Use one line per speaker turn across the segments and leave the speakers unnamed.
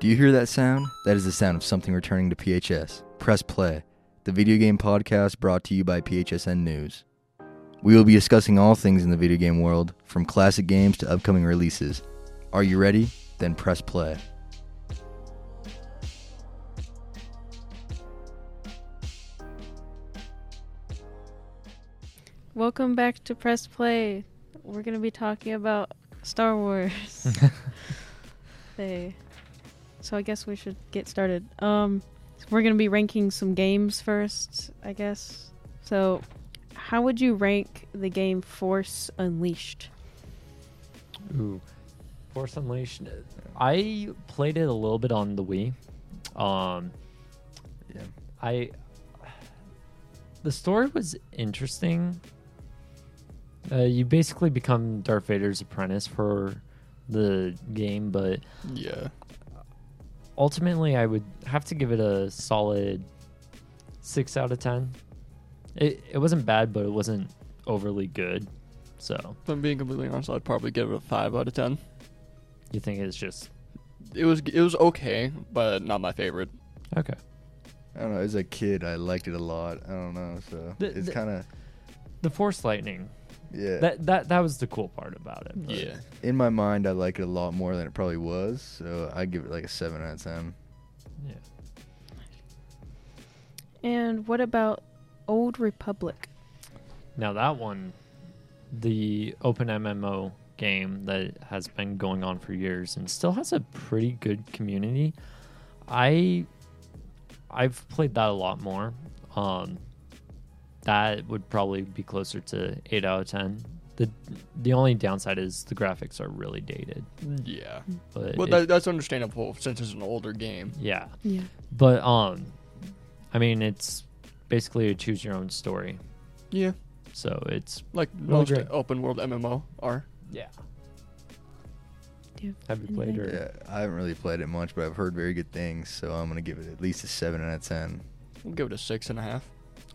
Do you hear that sound? That is the sound of something returning to PHS. Press play. The video game podcast brought to you by PHSN News. We will be discussing all things in the video game world, from classic games to upcoming releases. Are you ready? Then press play.
Welcome back to Press Play. We're going to be talking about Star Wars. they. So I guess we should get started. Um we're going to be ranking some games first, I guess. So how would you rank the game Force Unleashed?
Ooh, Force Unleashed. I played it a little bit on the Wii. Um,
Yeah.
I the story was interesting. Uh, you basically become Darth Vader's apprentice for the game, but
Yeah.
ultimately, I would have to give it a solid six out of ten. It it wasn't bad, but it wasn't overly good. So
If I'm being completely honest, I'd probably give it a five out of ten.
you think it's just
It was it was okay, but not my favorite.
okay?
I don't know. As a kid, I liked it a lot. I don't know. So
The-
it's
the-
kind of
The Force Lightning.
yeah.
That that that was the cool part about it. but-
in my mind, I like it a lot more than it probably was. So I give it like a seven out of ten.
Yeah.
And what about Old Republic?
Now that one, the open MMO game that has been going on for years and still has a pretty good community. I I've played that a lot more. Um, that would probably be closer to eight out of ten. The the only downside is the graphics are really dated.
Yeah.
But
Well,
it-
that, that's understandable since it's an older game.
yeah.
Yeah.
But um I mean it's basically a choose your own story.
Yeah.
So it's
Like
Really
most
great.
open world MMO are.
yeah.
Do you
Have you played
anything?
or
Yeah, I haven't really played it much, but I've heard very good things. So I'm gonna give it at least a seven out of ten.
We'll give it a six and a half.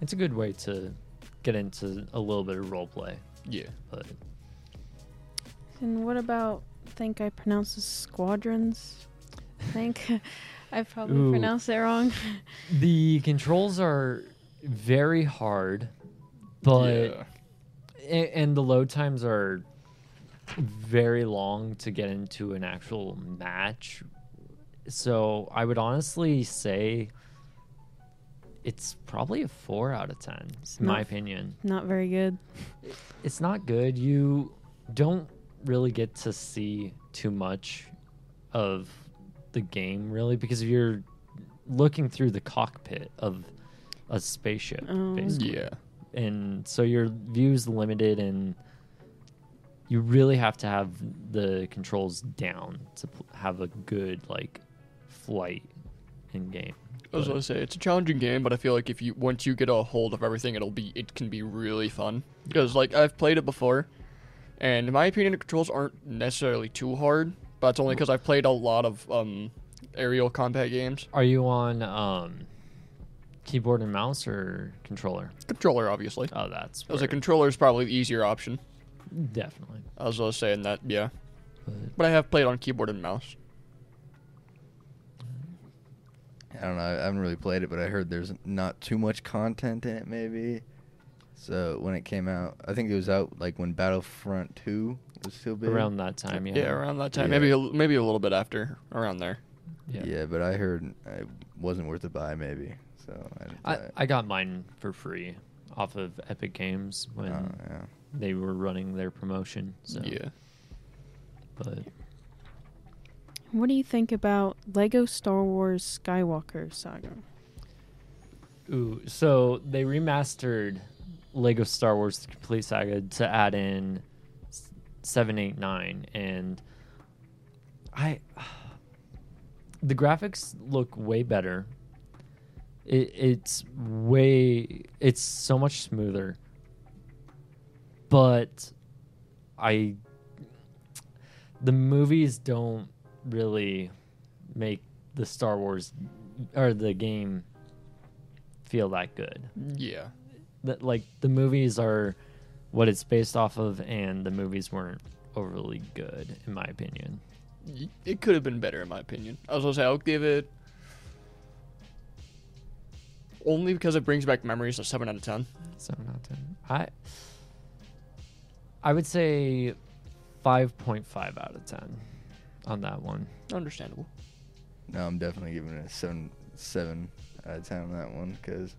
It's a good way to get into a little bit of role play,
Yeah.
but
And what about think I pronounce this squadrons? I think I probably
Ooh.
pronounced it wrong.
the controls are very hard, but
Yeah.
a- and, the load times are very long to get into an actual match. So I would honestly say it's probably a four out of ten, in my
not-
opinion.
Not very good.
it's not good. You don't really get to see too much of the game, really, because you're looking through the cockpit of a spaceship,
Oh.
basically.
Yeah.
And so your view is limited, and you really have to have the controls down to pl- have a good, like, flight in game.
I was gonna say it's a challenging game, but I feel like if you once you get a hold of everything, it'll be it can be really fun. Because like I've played it before, and in my opinion, the controls aren't necessarily too hard. But that's only because I've played a lot of um, aerial combat games.
Are you on um, keyboard and mouse or controller?
Controller, obviously.
Oh, that's
I was like,
where-
controller is probably the easier option.
definitely.
I was just saying that, yeah.
But
But I have played on keyboard and mouse.
I don't know. I haven't really played it, but I heard there's not too much content in it. Maybe. So when it came out, I think it was out like when Battlefront Two was still big.
around that time, yeah.
Yeah, around that time,
Yeah.
maybe a, maybe a little bit after, around there.
yeah.
yeah.
but I heard it wasn't worth a buy. Maybe. So I didn't
I,
buy it.
I got mine for free off of Epic Games when
Oh, yeah.
they were running their promotion. So,
Yeah,
But
What do you think about Lego Star Wars Skywalker Saga?
ooh, so they remastered Lego Star Wars: The Complete Saga to add in s- seven, eight, nine, and I the graphics look way better. It, it's way it's so much smoother. But I the movies don't really make the Star Wars or the game feel that good.
yeah.
That like the movies are what it's based off of and the movies weren't overly good in my opinion.
y- it could have been better in my opinion. I was gonna say I'll give it only because it brings back memories. A seven out of ten.
Seven out of ten. I I would say five point five out of ten on that one.
Understandable.
No, I'm definitely giving it a seven seven out of ten on that one because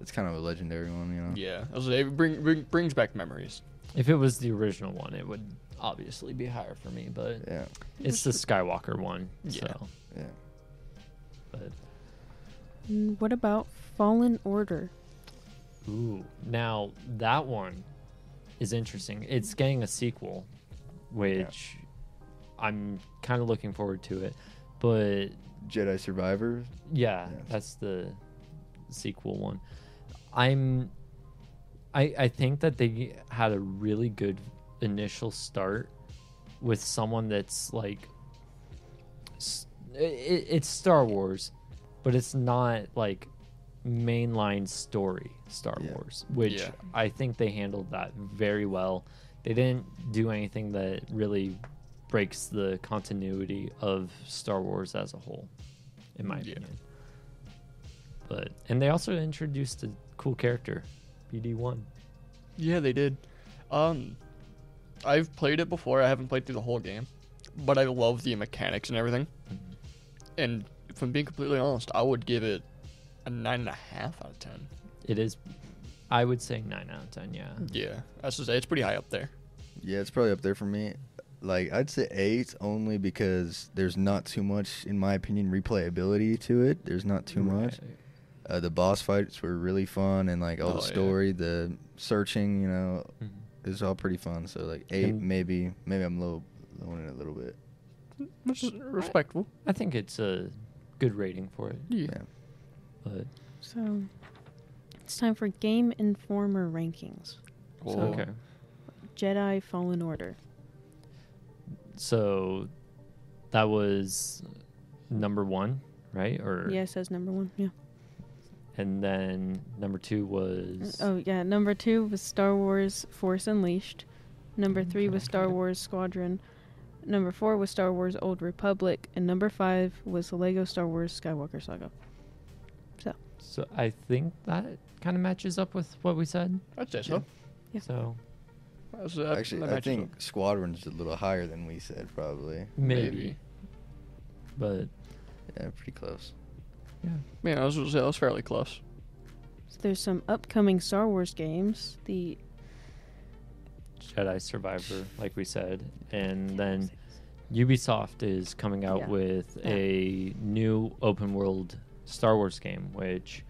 it's kind of a legendary one, you know.
Yeah, I was gonna say it bring, bring brings back memories.
If it was the original one, it would obviously be higher for me, but
Yeah,
it's the Skywalker one.
Yeah.
So
yeah.
but
Mm, What about Fallen Order?
Ooh. Now that one is interesting. It's getting a sequel, which I'm kinda looking forward to it. But
Jedi Survivor.
Yeah,
Yes.
that's the sequel one. I'm I I think that they had a really good initial start with someone that's like s- i- i it's Star Wars, but it's not like mainline story Star
Yeah.
Wars, which
Yeah.
I think they handled that very well. They didn't do anything that really breaks the continuity of Star Wars as a whole, in my
Yeah.
opinion. But and they also introduced a cool character, BD One.
Yeah, they did. Um, I've played it before. I haven't played through the whole game, but I love the mechanics and everything. And if I'm being completely honest, I would give it a nine and a half out of ten.
It is, I would say nine out of ten. Yeah,
Yeah, I should say it's pretty high up there.
Yeah, it's probably up there for me. Like I'd say eight only because there's not too much, in my opinion, replayability to it. There's not too much.
Right.
Uh, the boss fights were really fun, and like all
Oh,
the
yeah.
story, the searching, you know,
Mhm.
it's all pretty fun. So like eight,
And-
maybe, maybe I'm low, low in it a little bit.
Which is respectable.
I think it's a good rating for it,
Yeah.
but
So it's time for Game Informer rankings. So-
Well,
okay.
Jedi Fallen Order.
So that was number one, right? Or
Yeah, it says number one. Yeah.
And then number two was
Oh yeah, number two was Star Wars Force Unleashed. Number three
Okay,
was Star
okay.
Wars Squadron. Number four was Star Wars Old Republic, and number five was Lego Star Wars Skywalker Saga. So
So I think that kind of matches up with what we said.
I'd say so.
Yeah.
So
That's- that-
Actually,
that
I
matches
think
up.
Squadron's a little higher than we said, probably.
maybe, but
Yeah, pretty close.
yeah,
Yeah, I was gonna say that was fairly close.
So there's some upcoming Star Wars games. The
Jedi Survivor, like we said, and then Ubisoft is coming out
Yeah.
with
Yeah.
a new open world Star Wars game, which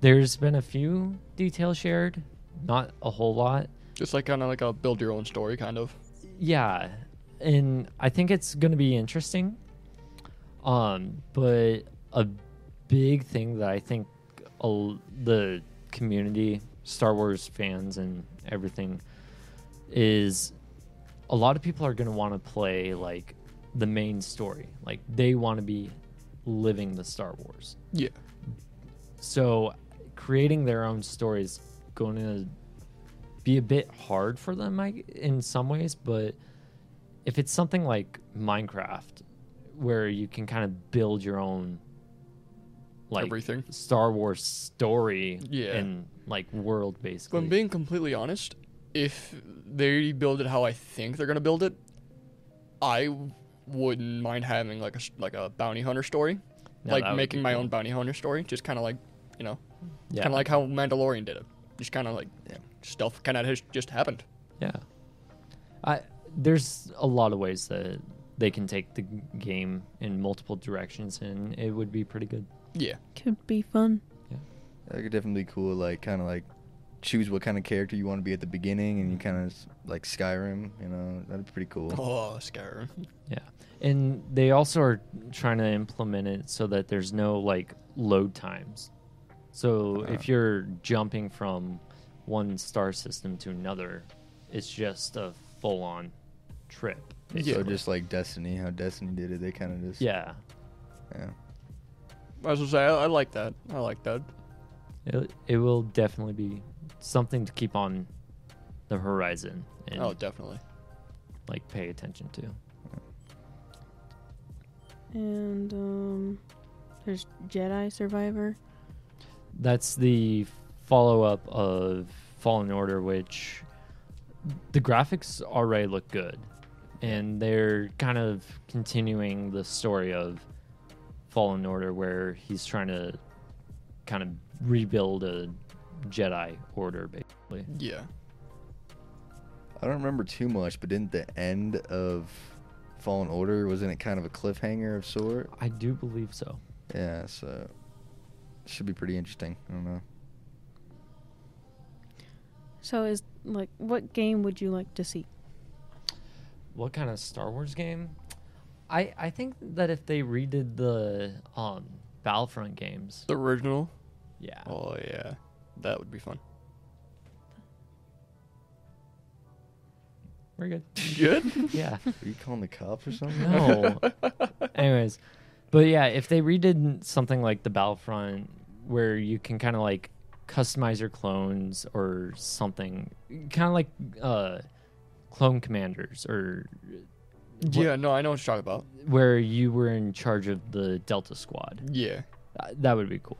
there's been a few details shared, not a whole lot.
It's like kind of like a build your own story kind of.
yeah and i think it's going to be interesting um but a big thing that i think a l the community star wars fans and everything is a lot of people are going to want to play like the main story like they want to be living the star wars
Yeah.
so creating their own story is going to be a bit hard for them I, in some ways but if it's something like minecraft where you can kind of build your own like
Everything.
star wars story
Yeah.
and like world
If
basically
I'm being completely honest, if they build it how I think they're gonna build it, I wouldn't mind having like a s- like a bounty hunter story,
No, that
like
would
making
be
my
cool.
own bounty hunter story, just kind of like you know,
yeah
kind of like how Mandalorian did it, just kind of like
Yeah.
stuff kind of has just happened.
yeah i there's a lot of ways that they can take the g- game in multiple directions and it would be pretty good
Yeah,
could be fun.
That could definitely be cool. Like, kind of like choose what kind of character you want to be at the beginning, and you kind of like Skyrim. You know, that'd be pretty cool.
oh Skyrim,
Yeah. And they also are trying to implement it so that there's no like load times. So
Uh-huh.
if you're jumping from one star system to another, it's just a full on trip.
So
basically.
just like Destiny, how Destiny did it, they kind of just
yeah.
yeah.
I was gonna say I, I like that, I like that.
It, it will definitely be something to keep on the
Oh,
horizon and
Oh, definitely.
like pay attention to.
and um, there's Jedi Survivor.
That's the follow up of Fallen Order, which the graphics already look good. And they're kind of continuing the story of Fallen Order, where he's trying to kind of rebuild a Jedi Order, basically.
Yeah.
I don't remember too much, but didn't the end of Fallen Order wasn't it kind of a cliffhanger of sort?
I do believe so.
Yeah, so should be pretty interesting. I don't know.
So is like what game would you like to see?
What kind of Star Wars game? I I think that if they redid the um Battlefront games,
The original.
yeah,
Oh yeah, that would be fun.
we're good.
Good.
yeah.
Are you calling the cops or something?
No. Anyways, but yeah, if they redid something like the Battlefront, where you can kind of like customize your clones or something, kind of like uh, clone commanders, or
yeah. No, I know what you're talking about.
where you were in charge of the Delta Squad,
Yeah.
Uh, that would be cool.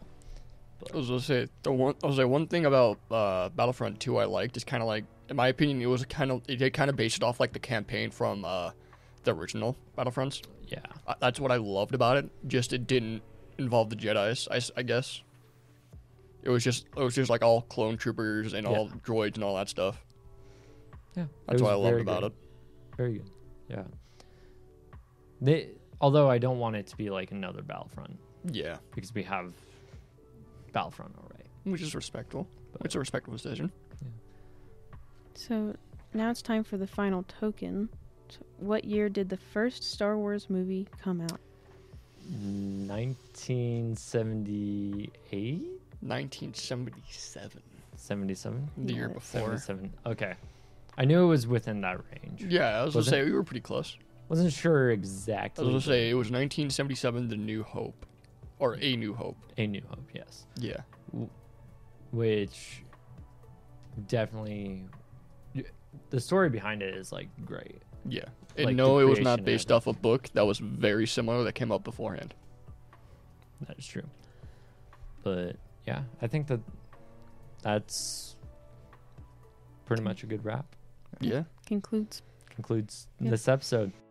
I was gonna say the one. I was like one thing about uh, Battlefront Two I liked is kind of like, in my opinion, it was kind of it did kind of base it off like the campaign from uh, the original Battlefronts.
Yeah.
I, that's what I loved about it. Just it didn't involve the Jedi's. I, s- I guess. It was just it was just like all clone troopers and all
Yeah.
droids and all that stuff.
Yeah, it
That's
was
what I loved
very
about
good.
it.
Very good. Yeah. They, although I don't want it to be like another Battlefront
Yeah,
because we have Battlefront already.
which is respectable.
But-
It's a respectable decision.
So now it's time for the final token. So what year did the first Star Wars movie come out?
1978,
1977,
77,
the year
Yeah, it's
before.
77. Okay. I knew it was within that range.
Yeah, I was,
Was
gonna say we were pretty close.
Wasn't sure
I
exactly.
was gonna
but
say it was 1977, The New Hope, or A New Hope.
A New Hope, yes.
Yeah,
Which definitely the story behind it is like great.
yeah. And
Like the
no, it was
creation
not
of
based
it.
off a book that was very similar that came out beforehand.
That is true. But yeah, I think that that's pretty much a good wrap.
Yeah,
Concludes.
Concludes
Yep.
this episode.